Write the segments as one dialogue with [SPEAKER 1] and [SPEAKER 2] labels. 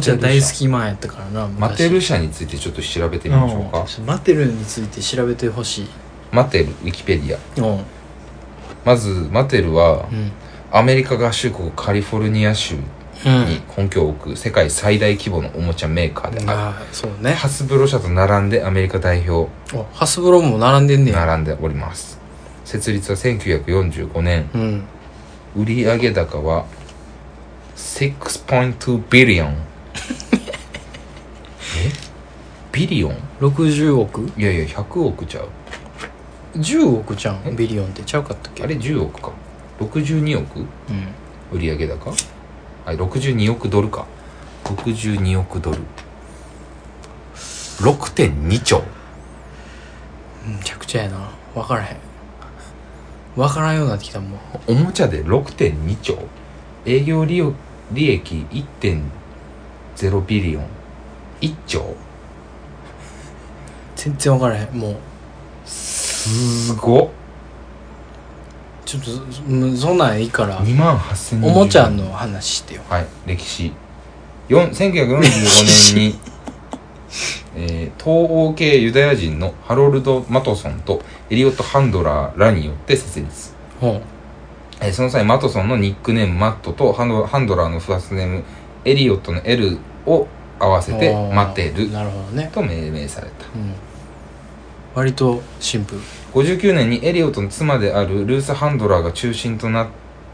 [SPEAKER 1] ちゃ大好きマンやったからな
[SPEAKER 2] マテ
[SPEAKER 1] 昔
[SPEAKER 2] ル社についてちょっと調べてみましょうか
[SPEAKER 1] うんマテルについて調べてほしい
[SPEAKER 2] マテルウィキペディア
[SPEAKER 1] うん
[SPEAKER 2] まずマテルは
[SPEAKER 1] うん
[SPEAKER 2] アメリカ合衆国カリフォルニア州に
[SPEAKER 1] うん
[SPEAKER 2] 本拠を置く世界最大規模のおもちゃメーカーで
[SPEAKER 1] あ
[SPEAKER 2] あ
[SPEAKER 1] あそう
[SPEAKER 2] る
[SPEAKER 1] ね
[SPEAKER 2] ハスブロ社と並んでアメリカ代表
[SPEAKER 1] おハスブロも並んでんねや
[SPEAKER 2] 並んでおります設立は1945年
[SPEAKER 1] うん
[SPEAKER 2] 売上高は6.2ビリ オンえビリオン
[SPEAKER 1] 60億
[SPEAKER 2] いやいや100億ちゃう
[SPEAKER 1] 10億じゃ
[SPEAKER 2] え
[SPEAKER 1] んビリオンってちゃうかったっけ
[SPEAKER 2] あれ10億か62億
[SPEAKER 1] うん
[SPEAKER 2] 売上高あ62億ドルか62億ドル6.2兆
[SPEAKER 1] むちゃくちゃやな分からへん分からんようになってきたもん
[SPEAKER 2] おもちゃで6.2兆営業利用利益1.0ビリオン1兆
[SPEAKER 1] 全然分からへんもう
[SPEAKER 2] すごっ
[SPEAKER 1] ちょっとそうんそんなんいいから
[SPEAKER 2] 2万8000人
[SPEAKER 1] おもちゃの話してよ
[SPEAKER 2] はい歴史よん1945年に、えー東欧系ユダヤ人のハロルド・マトソンとエリオット・ハンドラーらによって設立
[SPEAKER 1] ほう
[SPEAKER 2] えーその際マトソンのニックネームマットとハンドハンドラーのファーストネームエリオットの L を合わせて
[SPEAKER 1] おー
[SPEAKER 2] マテル
[SPEAKER 1] なるほどね
[SPEAKER 2] と命名された
[SPEAKER 1] うん割とシンプル
[SPEAKER 2] 59年にエリオットの妻であるルース・ハンドラーが中心となっ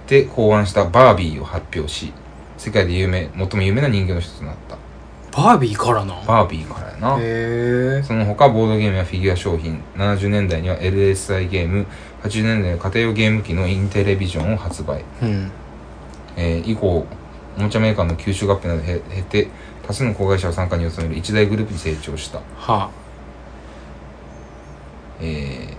[SPEAKER 2] て考案したバービーを発表し世界で有名最も有名な人形の一つとなった
[SPEAKER 1] バービーからな
[SPEAKER 2] バービーからやな
[SPEAKER 1] へえ
[SPEAKER 2] その他ボードゲームやフィギュア商品70年代には LSI ゲーム80年代の家庭用ゲーム機のインテレビジョンを発売
[SPEAKER 1] うん
[SPEAKER 2] えー以降おもちゃメーカーの吸収合併などへ経て多数の子会社を傘下に収める一大グループに成長した、
[SPEAKER 1] は
[SPEAKER 2] えー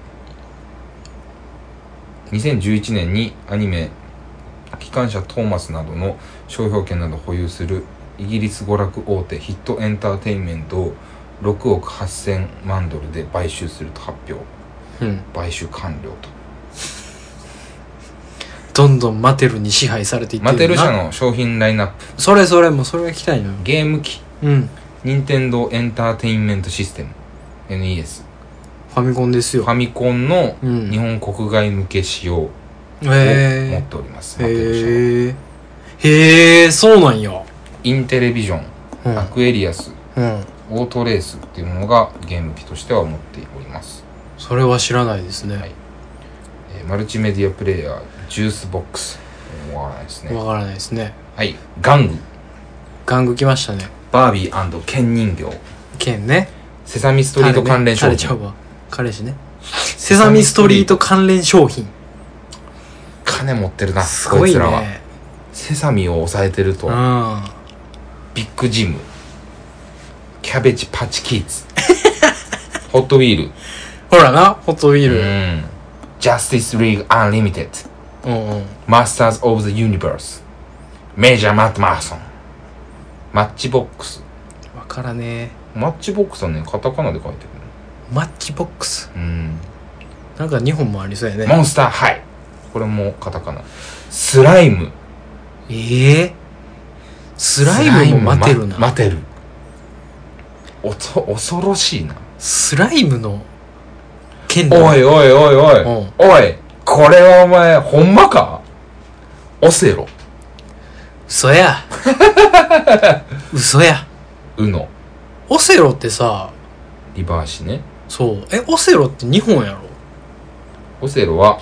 [SPEAKER 2] 2011年にアニメ「機関車トーマス」などの商標権などを保有するイギリス娯楽大手ヒットエンターテインメントを6億8000万ドルで買収すると発表
[SPEAKER 1] あうん
[SPEAKER 2] 買収完了と
[SPEAKER 1] どんどんマテルに支配されていってる
[SPEAKER 2] マ
[SPEAKER 1] よな
[SPEAKER 2] テル社の商品ラインナップ
[SPEAKER 1] それそれもうそれが来たいのよ
[SPEAKER 2] ゲーム機
[SPEAKER 1] うん
[SPEAKER 2] 任天堂エンターテインメントシステム NES
[SPEAKER 1] ファミコンです
[SPEAKER 2] フ
[SPEAKER 1] よ
[SPEAKER 2] ァミコンの
[SPEAKER 1] うん
[SPEAKER 2] 日本国外向け仕様を持
[SPEAKER 1] へ
[SPEAKER 2] っております。
[SPEAKER 1] え
[SPEAKER 2] マテル社は
[SPEAKER 1] へえへえそうなんや
[SPEAKER 2] インテレビジョン、
[SPEAKER 1] うん
[SPEAKER 2] アクエリアス、
[SPEAKER 1] うん
[SPEAKER 2] オートレースっていうものがゲーム機としては持っております。
[SPEAKER 1] それは知らないです
[SPEAKER 2] はい
[SPEAKER 1] ね
[SPEAKER 2] えーマルチメディアプレイヤー、ジュースボックス。えーわからないですね。
[SPEAKER 1] わからないですね
[SPEAKER 2] はい。玩具、
[SPEAKER 1] 玩具来ましたね
[SPEAKER 2] バービー剣人形、
[SPEAKER 1] 剣ね
[SPEAKER 2] セサミストリート関連商
[SPEAKER 1] 彼ね彼ちゃ
[SPEAKER 2] 品。
[SPEAKER 1] うわ彼氏ねセサミストリート関連商品
[SPEAKER 2] 金持ってるな、
[SPEAKER 1] すごい
[SPEAKER 2] こいつらは。
[SPEAKER 1] ね
[SPEAKER 2] セサミを抑えてると
[SPEAKER 1] う、ん
[SPEAKER 2] ビッグジム、キャベチパチキッズ、 ホットウィール、
[SPEAKER 1] ほらなホットウィール
[SPEAKER 2] うん。Justice League Unlimited
[SPEAKER 1] うんうん
[SPEAKER 2] Masters of the Universe メジャーマットマーソンマッチボックス
[SPEAKER 1] わからね
[SPEAKER 2] マッチボックスはねカタカナで書いて
[SPEAKER 1] えマッチボックス
[SPEAKER 2] るうん
[SPEAKER 1] なんか2本もありそうやね
[SPEAKER 2] モンスターハイこれもカタカナスライム
[SPEAKER 1] ええスライムも待てるな
[SPEAKER 2] マテルおと恐ろしいな
[SPEAKER 1] スライムの剣
[SPEAKER 2] おいおいおいおい、
[SPEAKER 1] うん
[SPEAKER 2] おいこれはお前ほんまかオセロ
[SPEAKER 1] 嘘や嘘や
[SPEAKER 2] ウノ
[SPEAKER 1] オセロってさ
[SPEAKER 2] リバーシね
[SPEAKER 1] そうえオセロって2本やろ
[SPEAKER 2] オセロは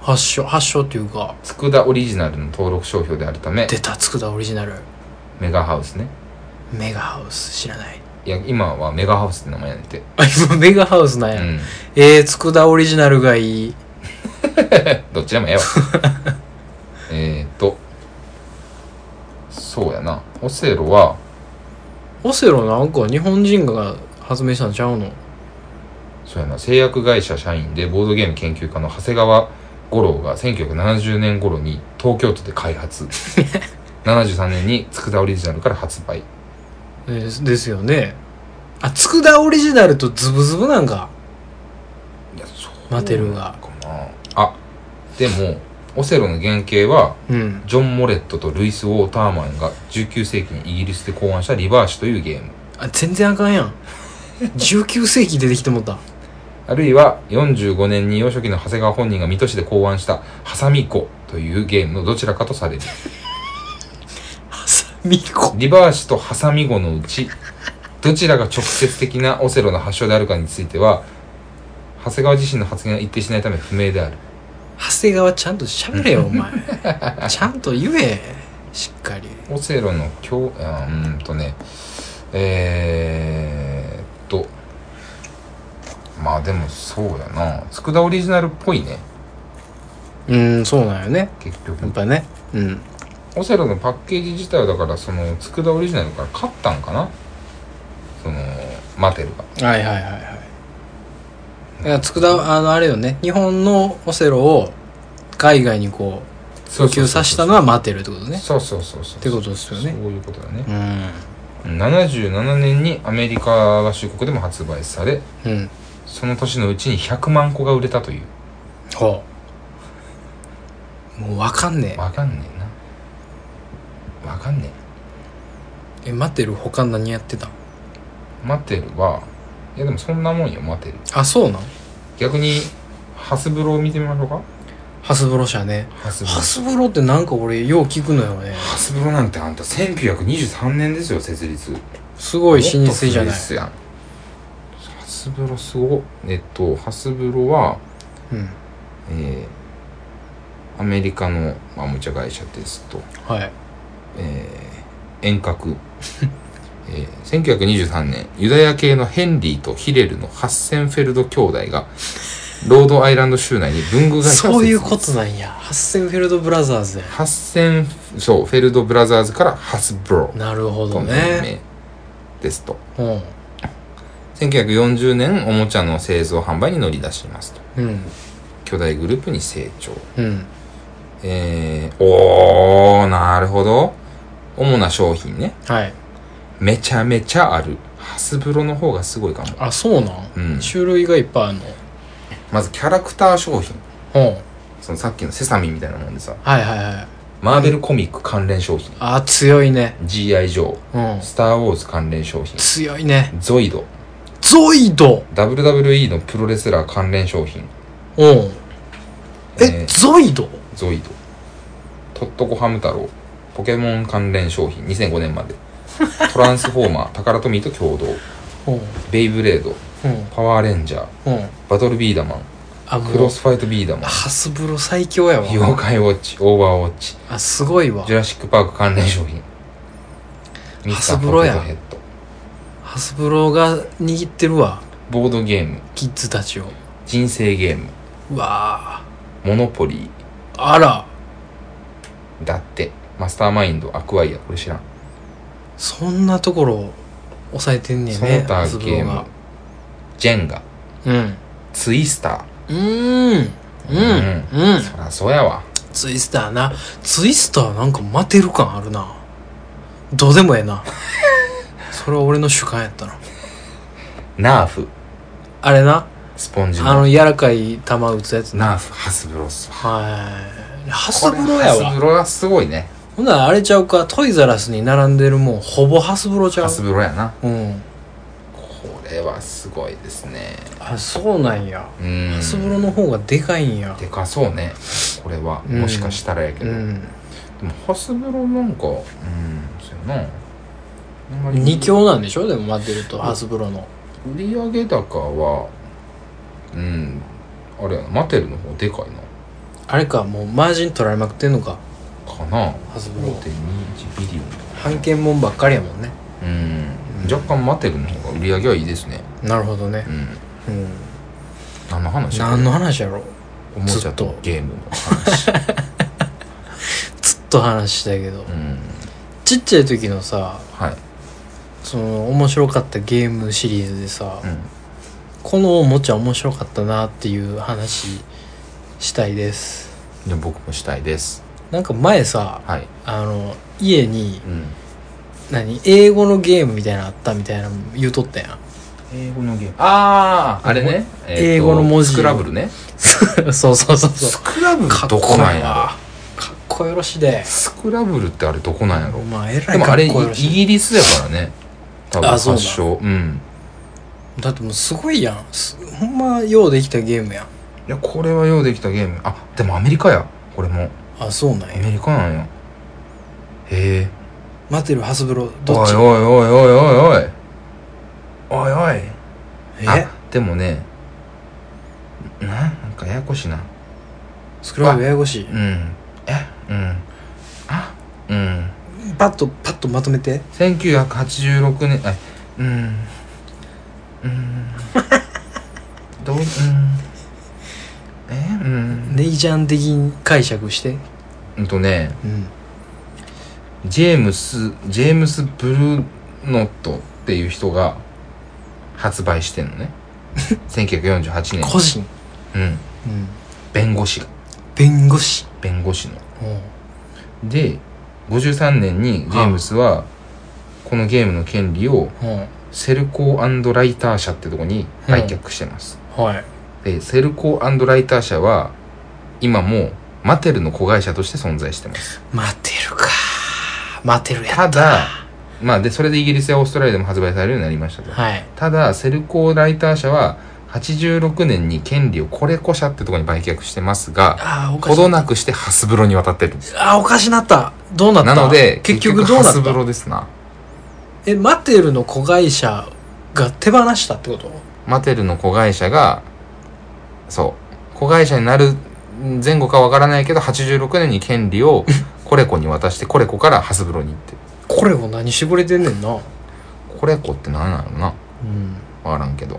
[SPEAKER 1] 発祥発祥っていうか
[SPEAKER 2] 佃オリジナルの登録商標であるため
[SPEAKER 1] 出た佃オリジナル
[SPEAKER 2] メガハウスね
[SPEAKER 1] メガハウス知らない
[SPEAKER 2] いや今はメガハウスって名前やねんて
[SPEAKER 1] あ今メガハウスなん
[SPEAKER 2] う
[SPEAKER 1] や、
[SPEAKER 2] ん
[SPEAKER 1] えー、佃オリジナルがいい
[SPEAKER 2] どっち でもええわえーっとそうやなオセロは
[SPEAKER 1] オセロなんか日本人が発明したんちゃうの
[SPEAKER 2] そうやな製薬会社社員でボードゲーム研究家の長谷川五郎が1970年頃に東京都で開発73年に佃オリジナルから発売
[SPEAKER 1] えーですよねあ佃オリジナルとズブズブなんか
[SPEAKER 2] いやそう
[SPEAKER 1] マテルが
[SPEAKER 2] かなあでもオセロの原型は
[SPEAKER 1] うん
[SPEAKER 2] ジョン・モレットとルイス・ウォーターマンが19世紀にイギリスで考案したリバーシというゲーム
[SPEAKER 1] あ全然あかんやん19世紀出てきてもった
[SPEAKER 2] あるいは45年に幼少期の長谷川本人が水戸市で考案したハサミコというゲームのどちらかとされる
[SPEAKER 1] ハサミコ
[SPEAKER 2] リバーシとハサミ語のうち、どちらが直接的なオセロの発祥であるかについては、長谷川自身の発言が一定しないため不明である。
[SPEAKER 1] 長谷川ちゃんと喋れよお前ちゃんと言えしっかり
[SPEAKER 2] オセロの教、あうーんとね、えーっと、まあでもそうだな。佃オリジナルっぽいね、
[SPEAKER 1] うんそうなんよね
[SPEAKER 2] 結
[SPEAKER 1] やっ
[SPEAKER 2] 局。
[SPEAKER 1] ぱねうん
[SPEAKER 2] オセロのパッケージ自体はだから、その、佃オリジナルから買ったんかなその、マテルが。
[SPEAKER 1] はいはいはいはいいや佃あのあれよね日本のオセロを海外にこう
[SPEAKER 2] 訴
[SPEAKER 1] 訴求させたのは待てるってことね
[SPEAKER 2] そうそうそうそう。
[SPEAKER 1] ってことですよね
[SPEAKER 2] そういうことだね。
[SPEAKER 1] うん
[SPEAKER 2] 77年にアメリカ合衆国でも発売され
[SPEAKER 1] うん
[SPEAKER 2] その年のうちに100万個が売れたという
[SPEAKER 1] ほうもうわかんね
[SPEAKER 2] わかんねえなわかんね
[SPEAKER 1] ええ待てる他何やってた
[SPEAKER 2] えマテルはいやでもそんなもんよマテル
[SPEAKER 1] あそうなん
[SPEAKER 2] 逆にハスブロを見てみましょうか
[SPEAKER 1] ハスブロ社ね
[SPEAKER 2] ハスブロ
[SPEAKER 1] ハスブロってなんか俺よう聞くのよね
[SPEAKER 2] ハスブロなんてあんた1923年ですよ設立
[SPEAKER 1] すごい老舗じゃ
[SPEAKER 2] もっと古いっ
[SPEAKER 1] ない
[SPEAKER 2] すやんハスブロすごっえっとハスブロは
[SPEAKER 1] うん
[SPEAKER 2] えー、アメリカのまあおもちゃ会社ですと
[SPEAKER 1] はい
[SPEAKER 2] えー遠隔、 えー1923年ユダヤ系のヘンリーとヒレルのハッセンフェルド兄弟がロードアイランド州内に文具会社を設立
[SPEAKER 1] そういうことなんやハッセンフェルドブラザーズで
[SPEAKER 2] ハッセンそうフェルドブラザーズからハスブロ
[SPEAKER 1] なるほ
[SPEAKER 2] と
[SPEAKER 1] ど
[SPEAKER 2] の
[SPEAKER 1] ね
[SPEAKER 2] 命名ですと
[SPEAKER 1] うん
[SPEAKER 2] 1940年おもちゃの製造販売に乗り出しますと
[SPEAKER 1] うん
[SPEAKER 2] 巨大グループに成長
[SPEAKER 1] うん
[SPEAKER 2] えー、おーなるほど主な商品ね
[SPEAKER 1] はい
[SPEAKER 2] めちゃめちゃあるハスブロの方がすごいかも
[SPEAKER 1] あそうなん、
[SPEAKER 2] うん
[SPEAKER 1] 種類がいっぱいあるの
[SPEAKER 2] まずキャラクター商品
[SPEAKER 1] うん
[SPEAKER 2] そのさっきのセサミンみたいなもんでさ
[SPEAKER 1] はいはいはい
[SPEAKER 2] マーベルコミック関連商品
[SPEAKER 1] あ強いね
[SPEAKER 2] GI ジョー
[SPEAKER 1] うん
[SPEAKER 2] スター・ウォーズ関連商品
[SPEAKER 1] 強いね
[SPEAKER 2] ゾイド
[SPEAKER 1] ゾイド
[SPEAKER 2] WWE のプロレスラー関連商品
[SPEAKER 1] うんえ、
[SPEAKER 2] えー
[SPEAKER 1] ゾイド
[SPEAKER 2] ゾイドトットコハム太郎ポケモン関連商品2005年までトランスフォーマータカラトミーと共同
[SPEAKER 1] うん
[SPEAKER 2] ベイブレード
[SPEAKER 1] うん
[SPEAKER 2] パワーレンジャー
[SPEAKER 1] うん
[SPEAKER 2] バトルビーダマン
[SPEAKER 1] あも
[SPEAKER 2] クロ
[SPEAKER 1] う
[SPEAKER 2] スファイトビーダマン
[SPEAKER 1] ハスブロ最強やわ
[SPEAKER 2] 妖怪ウォッチオーバーウォッチ
[SPEAKER 1] あすごいわ
[SPEAKER 2] ジュラシック・パーク関連商品ミ
[SPEAKER 1] ハ
[SPEAKER 2] スタ
[SPEAKER 1] ス
[SPEAKER 2] ー
[SPEAKER 1] ブ
[SPEAKER 2] ポ
[SPEAKER 1] ロ
[SPEAKER 2] ケ
[SPEAKER 1] や
[SPEAKER 2] ットヘッド
[SPEAKER 1] ハスブロが握ってるわ
[SPEAKER 2] ボードゲーム
[SPEAKER 1] キッズたちを
[SPEAKER 2] 人生ゲーム
[SPEAKER 1] うわ
[SPEAKER 2] モノポリ
[SPEAKER 1] ーあら
[SPEAKER 2] ーだってマスターマインドアクアイアこれ知らん、
[SPEAKER 1] そんなところを抑えてんねん
[SPEAKER 2] そ
[SPEAKER 1] ね
[SPEAKER 2] の他
[SPEAKER 1] ハスブ
[SPEAKER 2] ゲ
[SPEAKER 1] ロ
[SPEAKER 2] ー
[SPEAKER 1] が
[SPEAKER 2] ムジェンガ
[SPEAKER 1] うん
[SPEAKER 2] ツイスタ
[SPEAKER 1] うーんうんうん
[SPEAKER 2] ーそりゃそうやわ
[SPEAKER 1] ツイスターなツイスターなんか待てる感あるなどうでもええ なそれは俺の主観やったな
[SPEAKER 2] ナーフ
[SPEAKER 1] あれな
[SPEAKER 2] スポンジ
[SPEAKER 1] あ
[SPEAKER 2] の
[SPEAKER 1] の柔らかい球打つやつな
[SPEAKER 2] ナーフハスブロス
[SPEAKER 1] はいハスブロや
[SPEAKER 2] ハス
[SPEAKER 1] わ
[SPEAKER 2] ブロはすごいね
[SPEAKER 1] ほんならあれちゃうかトイザラスに並んでるもんほぼハスブロちゃ
[SPEAKER 2] ハ
[SPEAKER 1] う
[SPEAKER 2] スブロやな
[SPEAKER 1] うん
[SPEAKER 2] これはすごいですね
[SPEAKER 1] あそうなんや
[SPEAKER 2] うーん
[SPEAKER 1] ハスブロの方がでかいんや
[SPEAKER 2] でかそうねこれは
[SPEAKER 1] うん
[SPEAKER 2] もしかしたらやけ
[SPEAKER 1] う
[SPEAKER 2] ど、で
[SPEAKER 1] ん
[SPEAKER 2] もハスブロなんかうんそうやなあんまり
[SPEAKER 1] 二強なんでしょでも待ってるとハスブロの
[SPEAKER 2] 売上高はうんあれやなマテルの方でかい
[SPEAKER 1] あれかもうマージン取られまくってんのか
[SPEAKER 2] なかな
[SPEAKER 1] ハスブロって
[SPEAKER 2] 5.21ビリ
[SPEAKER 1] 半券もんばっかりやもんね
[SPEAKER 2] オンうん若干マテルの方が売り上げはいいですね
[SPEAKER 1] なるほどね
[SPEAKER 2] うん
[SPEAKER 1] うん
[SPEAKER 2] 何の話
[SPEAKER 1] 何の話やろ
[SPEAKER 2] おもち
[SPEAKER 1] ず
[SPEAKER 2] ゃ
[SPEAKER 1] っ
[SPEAKER 2] と
[SPEAKER 1] と
[SPEAKER 2] ゲームの話
[SPEAKER 1] ずっと話したけど
[SPEAKER 2] うん
[SPEAKER 1] ちっちゃい時のさ
[SPEAKER 2] はい、
[SPEAKER 1] その面白かったゲームシリーズでさ、
[SPEAKER 2] うん、
[SPEAKER 1] このおもちゃ面白かったなっていう話したいです
[SPEAKER 2] でも僕もしたいです
[SPEAKER 1] なんか前さ
[SPEAKER 2] はい
[SPEAKER 1] あの家に
[SPEAKER 2] うん
[SPEAKER 1] 何英語のゲームみたいなのあったみたいなの言うとったやん
[SPEAKER 2] 英語のゲームあああれね、
[SPEAKER 1] 英語の文字を
[SPEAKER 2] スクラブルね
[SPEAKER 1] そうそうそうそう
[SPEAKER 2] スクラブル
[SPEAKER 1] かっ
[SPEAKER 2] ど
[SPEAKER 1] こ
[SPEAKER 2] こ
[SPEAKER 1] いい
[SPEAKER 2] なん
[SPEAKER 1] わ
[SPEAKER 2] や
[SPEAKER 1] かっこよろしで
[SPEAKER 2] ろスクラブルってあれどこなんやろ
[SPEAKER 1] まあえらい
[SPEAKER 2] でも
[SPEAKER 1] か
[SPEAKER 2] あ
[SPEAKER 1] っ
[SPEAKER 2] れイ
[SPEAKER 1] こよろ
[SPEAKER 2] イ
[SPEAKER 1] しい
[SPEAKER 2] ギリスやからね多分
[SPEAKER 1] あそうなん
[SPEAKER 2] 発祥うん
[SPEAKER 1] だってもうすごいやんすほんまようできたゲームやん
[SPEAKER 2] いやこれはようできたゲームあでもアメリカやこれも
[SPEAKER 1] あそうなん
[SPEAKER 2] ア
[SPEAKER 1] や
[SPEAKER 2] メリカなんやへえ
[SPEAKER 1] マテルハスブロど
[SPEAKER 2] お
[SPEAKER 1] っ
[SPEAKER 2] い
[SPEAKER 1] ち
[SPEAKER 2] おいおいおいおいおいおいおい
[SPEAKER 1] え
[SPEAKER 2] あでもねななんかややこしいな
[SPEAKER 1] スクラブややこしい
[SPEAKER 2] うんえうんあうん
[SPEAKER 1] パッとパッとまとめて
[SPEAKER 2] 1986年あうん うんどううんえうん
[SPEAKER 1] ネイジャン的に解釈して
[SPEAKER 2] うんとね
[SPEAKER 1] うん
[SPEAKER 2] ジェームスジェームス・ブルーノットっていう人が発売してんの ね1948年
[SPEAKER 1] 個人
[SPEAKER 2] うん
[SPEAKER 1] うん
[SPEAKER 2] 弁護士が
[SPEAKER 1] 弁護士
[SPEAKER 2] 弁護士の
[SPEAKER 1] うん
[SPEAKER 2] で53年にジェームスはこのゲームの権利を
[SPEAKER 1] うん
[SPEAKER 2] セルコーライター社ってとこに売却してます、
[SPEAKER 1] はい
[SPEAKER 2] でセルコーライター社は今もマテルの子会社として存在してます
[SPEAKER 1] 待てるか待てるや
[SPEAKER 2] ただまあでそれでイギリスやオーストラリアでも発売されるようになりましたと
[SPEAKER 1] はい
[SPEAKER 2] ただセルコーライター社は86年に権利をコレコ社ってとこに売却してますが
[SPEAKER 1] ああおか
[SPEAKER 2] ほ
[SPEAKER 1] し
[SPEAKER 2] ど
[SPEAKER 1] い
[SPEAKER 2] なくしてハスブロに渡ってるんですよ
[SPEAKER 1] あーおかしなったどうなった
[SPEAKER 2] なので
[SPEAKER 1] 結局どうな
[SPEAKER 2] ハ
[SPEAKER 1] っ
[SPEAKER 2] スブ
[SPEAKER 1] た
[SPEAKER 2] ロですな
[SPEAKER 1] えマテルの子会社が手放したってこと
[SPEAKER 2] マテルの子会社がそう子会社になる前後かわからないけど86年に権利をコレコに渡してコレコからハスブロに行って
[SPEAKER 1] これを何してくれてんねんな
[SPEAKER 2] コレコって何なのな
[SPEAKER 1] うん
[SPEAKER 2] わからんけど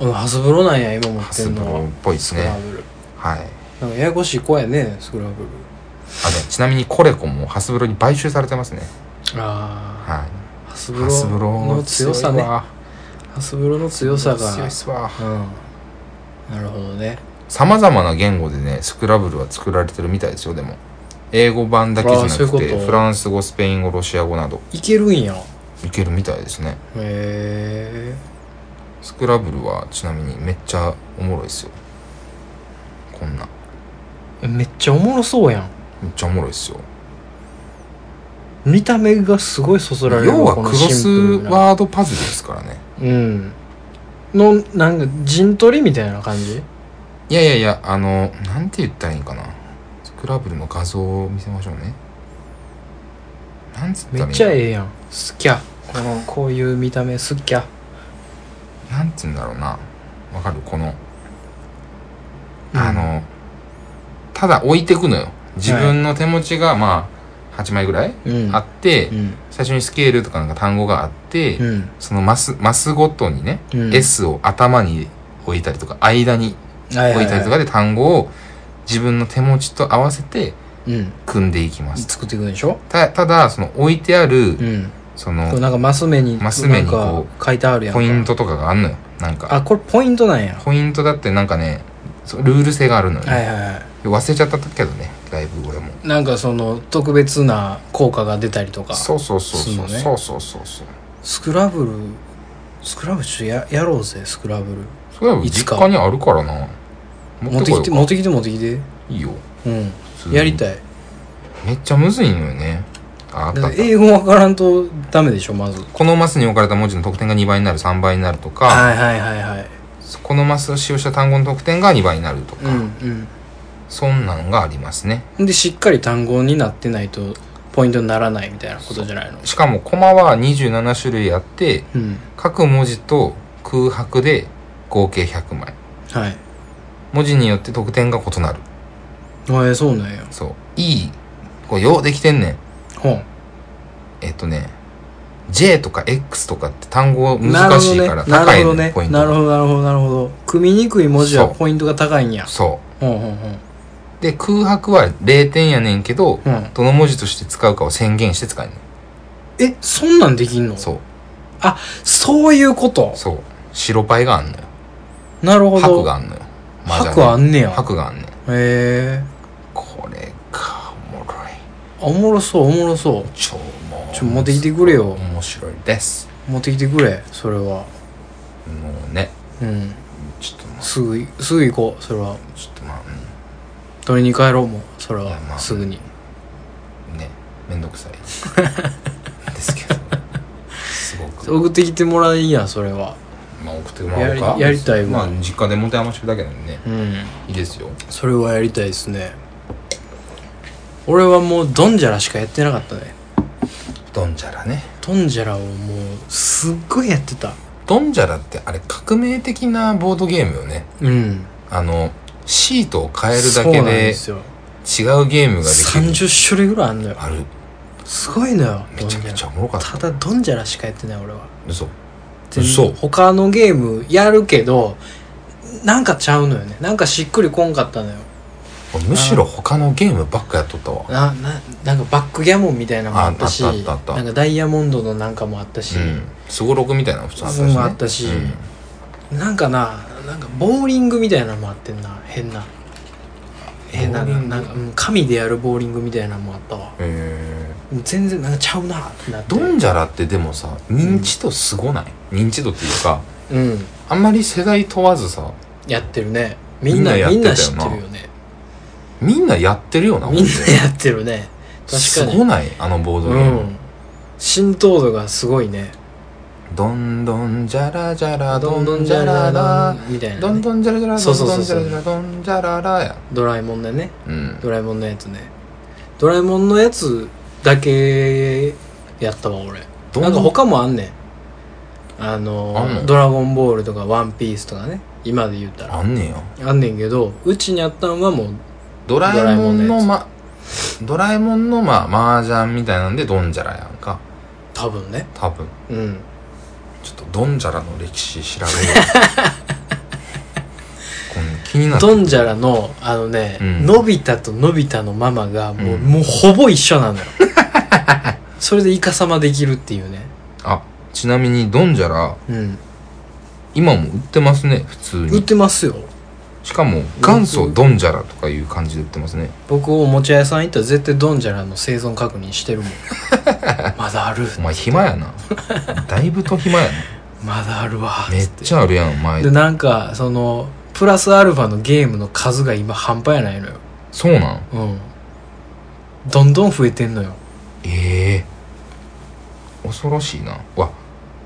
[SPEAKER 1] あのハスブロなんや今持
[SPEAKER 2] ハ
[SPEAKER 1] って
[SPEAKER 2] ス
[SPEAKER 1] ん
[SPEAKER 2] ブ
[SPEAKER 1] の
[SPEAKER 2] ロ
[SPEAKER 1] は
[SPEAKER 2] っぽいです
[SPEAKER 1] スクラ
[SPEAKER 2] ね
[SPEAKER 1] ブル
[SPEAKER 2] はいあ
[SPEAKER 1] なんかややこしい子やねスクラブル
[SPEAKER 2] でちなみにコレコもハスブロに買収されてますね
[SPEAKER 1] あ
[SPEAKER 2] は
[SPEAKER 1] あ
[SPEAKER 2] い
[SPEAKER 1] ハスブ
[SPEAKER 2] ハスブロ
[SPEAKER 1] ロの
[SPEAKER 2] の
[SPEAKER 1] 強
[SPEAKER 2] 強
[SPEAKER 1] さ
[SPEAKER 2] さ
[SPEAKER 1] ね
[SPEAKER 2] ね
[SPEAKER 1] ハスブロの強さが
[SPEAKER 2] 強いっすわ
[SPEAKER 1] うんなるほどね
[SPEAKER 2] さまざまな言語でねスクラブルは作られてるみたいですよでも英語版だけじゃなくて
[SPEAKER 1] あーそういうこと
[SPEAKER 2] フランス語スペイン語ロシア語など
[SPEAKER 1] いけるんや
[SPEAKER 2] いけるみたいですね
[SPEAKER 1] へ
[SPEAKER 2] スクラブルはちなみにめっちゃおもろいですよこんな
[SPEAKER 1] えめっちゃおもろそうやん
[SPEAKER 2] めっちゃおもろいですよ
[SPEAKER 1] 見た目がすごいそそられるわ
[SPEAKER 2] 要はク
[SPEAKER 1] この
[SPEAKER 2] ロ
[SPEAKER 1] シ
[SPEAKER 2] ス
[SPEAKER 1] ンプルな
[SPEAKER 2] ワードパズルですからね
[SPEAKER 1] うんのなんか陣取りみたいな感じ
[SPEAKER 2] いやいやいやあのなんて言ったらいいんかなスクラブルの画像を見せましょうねなんつった
[SPEAKER 1] め
[SPEAKER 2] らいい
[SPEAKER 1] っちゃええやんスキャこのこういう見た目スキャ
[SPEAKER 2] なんつうんだろうなわかるこの
[SPEAKER 1] うん
[SPEAKER 2] あの、ただ置いてくのよ自分の手持ちがまあ8枚ぐらい
[SPEAKER 1] うん
[SPEAKER 2] あって、
[SPEAKER 1] うん
[SPEAKER 2] 最初にスケールとかなんか単語があって、
[SPEAKER 1] うん
[SPEAKER 2] そのマスマスごとにね、
[SPEAKER 1] うん
[SPEAKER 2] S を頭に置いたりとか間に
[SPEAKER 1] はい
[SPEAKER 2] 置
[SPEAKER 1] はい
[SPEAKER 2] たりとかで単語を自分の手持ちと合わせて
[SPEAKER 1] いうん
[SPEAKER 2] 組んでいきます
[SPEAKER 1] 作っていくんでしょ
[SPEAKER 2] たただその置いてあ
[SPEAKER 1] う
[SPEAKER 2] る
[SPEAKER 1] ん
[SPEAKER 2] そ
[SPEAKER 1] こう
[SPEAKER 2] の
[SPEAKER 1] なんかマス目に
[SPEAKER 2] マス目にこう
[SPEAKER 1] なんか書いてあるやんか
[SPEAKER 2] ポイントとかがあんのよなんか
[SPEAKER 1] あこれポイントなんや
[SPEAKER 2] ポイントだってなんかねそうルール性があるのよね、
[SPEAKER 1] はいはいは
[SPEAKER 2] 忘れちゃったけどねだいぶ俺も
[SPEAKER 1] いなんかその特別な効果が出たりとか
[SPEAKER 2] そうそうそう
[SPEAKER 1] すん
[SPEAKER 2] そ
[SPEAKER 1] の
[SPEAKER 2] う、
[SPEAKER 1] ね
[SPEAKER 2] そうそうそうそう
[SPEAKER 1] スクラブルスクラブちょっとややろうぜスクラブル
[SPEAKER 2] そういえば
[SPEAKER 1] いつか
[SPEAKER 2] 実家にあるからな
[SPEAKER 1] 持
[SPEAKER 2] 持
[SPEAKER 1] っ
[SPEAKER 2] って
[SPEAKER 1] き
[SPEAKER 2] てこよ
[SPEAKER 1] て
[SPEAKER 2] うか
[SPEAKER 1] 持ってきて持ってきて
[SPEAKER 2] いいよ
[SPEAKER 1] うん
[SPEAKER 2] 普通に
[SPEAKER 1] やりたい
[SPEAKER 2] めっちゃむずいのよねああった
[SPEAKER 1] だ
[SPEAKER 2] あ
[SPEAKER 1] っ
[SPEAKER 2] ってた
[SPEAKER 1] 英語わからんとダメでしょまず
[SPEAKER 2] このマスに置かれた文字の得点が2倍になる3倍になるとか
[SPEAKER 1] はいはいはいはい
[SPEAKER 2] このマスを使用した単語の得点が2倍になるとか、
[SPEAKER 1] うん
[SPEAKER 2] そんなんがありますね
[SPEAKER 1] うんでしっかり単語になってないとポイントにならないみたいなことじゃないの
[SPEAKER 2] しかもコマは27種類あって
[SPEAKER 1] うん
[SPEAKER 2] 各文字と空白で合計100枚
[SPEAKER 1] はい
[SPEAKER 2] 文字によって得点が異なる
[SPEAKER 1] あえそうなんや
[SPEAKER 2] そういいこれようできてんねん
[SPEAKER 1] ほん
[SPEAKER 2] えっとね J とか X とかって単語難しいか
[SPEAKER 1] な
[SPEAKER 2] ら高
[SPEAKER 1] る
[SPEAKER 2] い
[SPEAKER 1] ほど
[SPEAKER 2] の、
[SPEAKER 1] ね
[SPEAKER 2] ポイントが
[SPEAKER 1] なるほどなるほどなるほど組みにくい文字は
[SPEAKER 2] そう
[SPEAKER 1] ポイントが高いんや
[SPEAKER 2] そ
[SPEAKER 1] ほんほんほん
[SPEAKER 2] うで空白は0点やねんけど、
[SPEAKER 1] うん
[SPEAKER 2] どの文字として使うかを宣言して使えんねん
[SPEAKER 1] えそんなんできんの
[SPEAKER 2] そう
[SPEAKER 1] そういうこと
[SPEAKER 2] そう白パイがあんのよ
[SPEAKER 1] なるほど
[SPEAKER 2] 白があんのよ
[SPEAKER 1] 白あんねや
[SPEAKER 2] 白があんねん
[SPEAKER 1] へえ
[SPEAKER 2] これかおもろい
[SPEAKER 1] おもろそうおもろそう
[SPEAKER 2] 超もう
[SPEAKER 1] ちょ持ってきてくれよ
[SPEAKER 2] 面白いです
[SPEAKER 1] 持ってきてくれそれは
[SPEAKER 2] もうね
[SPEAKER 1] うん
[SPEAKER 2] ちょっとまあ
[SPEAKER 1] すぐすぐ行こうそれは
[SPEAKER 2] ちょっとまあ
[SPEAKER 1] 取りに帰ろうもうそれ
[SPEAKER 2] い
[SPEAKER 1] は
[SPEAKER 2] やまあ
[SPEAKER 1] すぐに
[SPEAKER 2] うんねめんど くさいですけどすごく
[SPEAKER 1] 送ってきてもらいやそれは
[SPEAKER 2] まあ送ってもらおうか
[SPEAKER 1] やりやりたい
[SPEAKER 2] ま
[SPEAKER 1] わ
[SPEAKER 2] あ実家で持て余してるだけなんでね
[SPEAKER 1] うん
[SPEAKER 2] いいですよ
[SPEAKER 1] それはやりたいですね俺はもうドンジャラしかやってなかったね
[SPEAKER 2] ドンジャラね
[SPEAKER 1] ドンジャラをもうすっごいやってた
[SPEAKER 2] ドンジャラってあれ革命的なボードゲームよね
[SPEAKER 1] うん
[SPEAKER 2] あのシートを変えるだ
[SPEAKER 1] そう
[SPEAKER 2] け
[SPEAKER 1] なんで
[SPEAKER 2] です
[SPEAKER 1] よ
[SPEAKER 2] 違うゲームができる
[SPEAKER 1] 30種類ぐらいあんのよ
[SPEAKER 2] ある
[SPEAKER 1] すごいのよ
[SPEAKER 2] めちゃめちゃ
[SPEAKER 1] ドン
[SPEAKER 2] おもろかっ
[SPEAKER 1] ジャラ
[SPEAKER 2] た
[SPEAKER 1] ただドンジャラしかやってない俺は
[SPEAKER 2] 嘘
[SPEAKER 1] 全然
[SPEAKER 2] 嘘
[SPEAKER 1] 他のゲームやるけどなんかちゃうのよねなんかしっくりこんかったのよ
[SPEAKER 2] 俺むしろ他のゲームばっかやっとったわ
[SPEAKER 1] なななんかバックギャモンみたいなのもあったし
[SPEAKER 2] ああったあったあった
[SPEAKER 1] なんかダイヤモンドのなんかもあったし、
[SPEAKER 2] うんすごろくみたいなの普通
[SPEAKER 1] そういうのもあったし
[SPEAKER 2] うん
[SPEAKER 1] なんかななんかボーリングみたいなのもあってんな変な変な
[SPEAKER 2] ボーリング
[SPEAKER 1] なんか、うん、神でやるボーリングみたいなのもあったわ
[SPEAKER 2] へ
[SPEAKER 1] 全然なんかちゃうなってなっ
[SPEAKER 2] ー
[SPEAKER 1] て
[SPEAKER 2] ドンジャラってでもさ認知度すごない、認知度っていうか
[SPEAKER 1] うん
[SPEAKER 2] あんまり世代問わずさ
[SPEAKER 1] やってるねみんなみん
[SPEAKER 2] みん
[SPEAKER 1] な
[SPEAKER 2] なやって
[SPEAKER 1] 知
[SPEAKER 2] た
[SPEAKER 1] って
[SPEAKER 2] よな
[SPEAKER 1] るよね
[SPEAKER 2] みんなやってるよな
[SPEAKER 1] みん
[SPEAKER 2] ほん
[SPEAKER 1] なやってるね
[SPEAKER 2] ですす
[SPEAKER 1] 確か
[SPEAKER 2] ごないあのボード
[SPEAKER 1] に
[SPEAKER 2] ゲ
[SPEAKER 1] う
[SPEAKER 2] ーム、
[SPEAKER 1] ん浸透度がすごいね
[SPEAKER 2] どんどんじゃらじゃらどんどんじ
[SPEAKER 1] ジ
[SPEAKER 2] ゃ
[SPEAKER 1] ャ
[SPEAKER 2] らら
[SPEAKER 1] みたいな
[SPEAKER 2] どん
[SPEAKER 1] ね
[SPEAKER 2] どんじゃらじゃら
[SPEAKER 1] そ
[SPEAKER 2] ど
[SPEAKER 1] うんそうそ
[SPEAKER 2] どん
[SPEAKER 1] う
[SPEAKER 2] じ
[SPEAKER 1] そ
[SPEAKER 2] ゃ
[SPEAKER 1] う
[SPEAKER 2] らじゃらどんじゃららや
[SPEAKER 1] ドラえもんでね
[SPEAKER 2] うん
[SPEAKER 1] ドラえもんのやつねドラえもんのやつだけやったわ俺
[SPEAKER 2] ど
[SPEAKER 1] なんか他もあんねんあの
[SPEAKER 2] あんの
[SPEAKER 1] ドラゴンボール」とか「ワンピース」とかね今で言ったら
[SPEAKER 2] あんねんよ
[SPEAKER 1] あんねんけどうちにあったんはもう
[SPEAKER 2] ドラえもんの
[SPEAKER 1] ド
[SPEAKER 2] まドラえもんのまあ麻雀みたいなんでドンジャラやんか
[SPEAKER 1] 多分ね
[SPEAKER 2] 多分
[SPEAKER 1] うん
[SPEAKER 2] ちょっとドンジャラの歴史調べよう こん気になって
[SPEAKER 1] ドンジャラのあのね、
[SPEAKER 2] うん
[SPEAKER 1] のび太とのび太のママがもう,、
[SPEAKER 2] うん
[SPEAKER 1] もうほぼ一緒なのよ それでイカサマできるっていうね
[SPEAKER 2] あちなみにドンジャラ
[SPEAKER 1] うん
[SPEAKER 2] 今も売ってますね普通
[SPEAKER 1] 売っ
[SPEAKER 2] に
[SPEAKER 1] てますよ
[SPEAKER 2] しかも元祖ドンジャラとかいう感じで売ってますね
[SPEAKER 1] 僕おもちゃ屋さん行ったら絶対ドンジャラの生存確認して るもんまだある
[SPEAKER 2] お前暇やなだいぶと暇やな
[SPEAKER 1] まだあるわ
[SPEAKER 2] めっちゃあるやん前
[SPEAKER 1] でなんかそのプラスアルファのゲームの数が今半端やないのよ
[SPEAKER 2] そうなん
[SPEAKER 1] うんどんどん増えてんのよ
[SPEAKER 2] ええ恐ろしいなうわ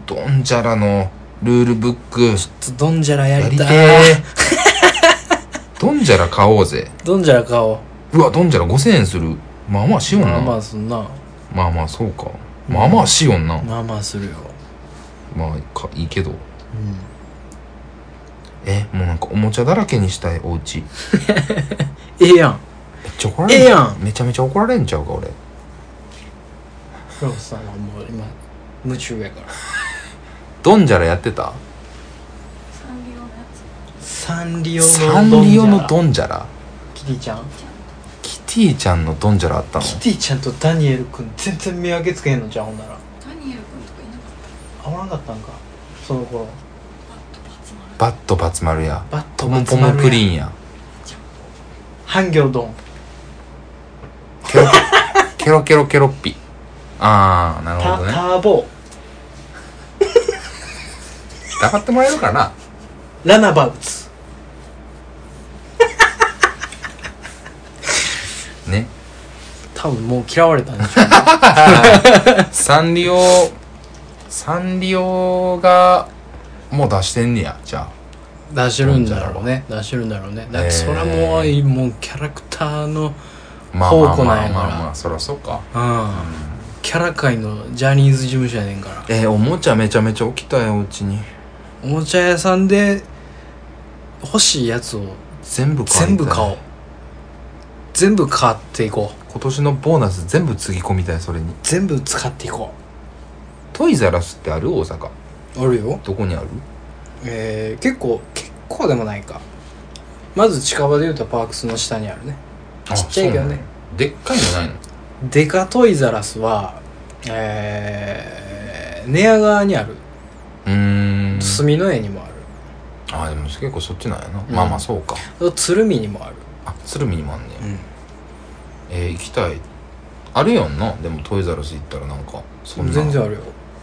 [SPEAKER 2] ドンジャラのルールブッ
[SPEAKER 1] ちょ
[SPEAKER 2] ク
[SPEAKER 1] っとドンジャラや
[SPEAKER 2] や
[SPEAKER 1] り
[SPEAKER 2] りて
[SPEAKER 1] た
[SPEAKER 2] えドンジャラ買おうぜ
[SPEAKER 1] ドンジャラ買おう
[SPEAKER 2] うわドンジャラ5000円するまあまあしよう
[SPEAKER 1] ま
[SPEAKER 2] な
[SPEAKER 1] あま
[SPEAKER 2] まあ
[SPEAKER 1] あそんな
[SPEAKER 2] まあそうかまあまあしような、
[SPEAKER 1] まあまあするよ
[SPEAKER 2] まあかいいけど
[SPEAKER 1] うん
[SPEAKER 2] えもうなんかおもちゃだらけにしたいお家めっ
[SPEAKER 1] ええやん
[SPEAKER 2] ちゃ怒られん
[SPEAKER 1] ええやん
[SPEAKER 2] めちゃめちゃ怒られんちゃうか俺
[SPEAKER 1] フロスさんはもう今夢中やから
[SPEAKER 2] ドンジャラやってた
[SPEAKER 3] サンリオのやつ
[SPEAKER 1] サンリオの
[SPEAKER 2] サンリオの
[SPEAKER 1] ドンジャラ
[SPEAKER 2] ドンジャラ
[SPEAKER 1] キティちゃん
[SPEAKER 2] キティちゃんのドンジャラあったの
[SPEAKER 1] キティちゃんとダニエル君全然見分けつけへんのじゃんほんなら
[SPEAKER 3] ダニエル君とかいなかっ
[SPEAKER 1] あおらんかったんかその頃
[SPEAKER 3] たバッとバツマル
[SPEAKER 2] バット
[SPEAKER 1] バ
[SPEAKER 2] バツ丸や
[SPEAKER 1] ッ
[SPEAKER 2] ト
[SPEAKER 1] ト
[SPEAKER 2] ム
[SPEAKER 1] マ
[SPEAKER 2] ポムプリンや
[SPEAKER 1] ハンギョドン
[SPEAKER 2] ケロケロケロケロッピああなる
[SPEAKER 1] タタ
[SPEAKER 2] ほどね
[SPEAKER 1] ーボ
[SPEAKER 2] 黙ってもらえるかな
[SPEAKER 1] ラナバウツ
[SPEAKER 2] ね
[SPEAKER 1] 多分もう嫌われたんでしょ
[SPEAKER 2] サンリオサンリオがもう出してんねやじゃあ
[SPEAKER 1] 出してるんだろうね出してるんだろうねだってそれはもう、
[SPEAKER 2] え
[SPEAKER 1] もうキャラクターの、うん、
[SPEAKER 2] まあまあ
[SPEAKER 1] 宝庫
[SPEAKER 2] ま
[SPEAKER 1] なん
[SPEAKER 2] あ
[SPEAKER 1] やから
[SPEAKER 2] まあまあそりゃそうか
[SPEAKER 1] キャラ界のジャニーズ事務所やねんから
[SPEAKER 2] えー、おもちゃめちゃめちゃ起きたようちに
[SPEAKER 1] おもちゃ屋さんで欲しいやつを
[SPEAKER 2] 全部買いたい
[SPEAKER 1] 全部買おう全部買っていこう
[SPEAKER 2] 今年のボーナス全部つぎ込みたいそれに
[SPEAKER 1] 全部使っていこ
[SPEAKER 2] トイザらスってある大阪
[SPEAKER 1] うあるよ
[SPEAKER 2] どこにある
[SPEAKER 1] えー、結構結構でもないかまず近場でいうとパークスの下にあるね
[SPEAKER 2] あ
[SPEAKER 1] ちっちゃいけどね
[SPEAKER 2] そうなんやでっかいのないの
[SPEAKER 1] デカトイザラスはえー、寝屋川にある
[SPEAKER 2] うーん
[SPEAKER 1] 墨の絵にもあ
[SPEAKER 2] あでも結構そっちなんやな、
[SPEAKER 1] うん
[SPEAKER 2] まあまあそうか
[SPEAKER 1] る鶴見にもある、
[SPEAKER 2] あ鶴見にもあんねんえー、行きたいあるやんなでもトイザらス行ったらなんかそんな
[SPEAKER 1] 全然あるよ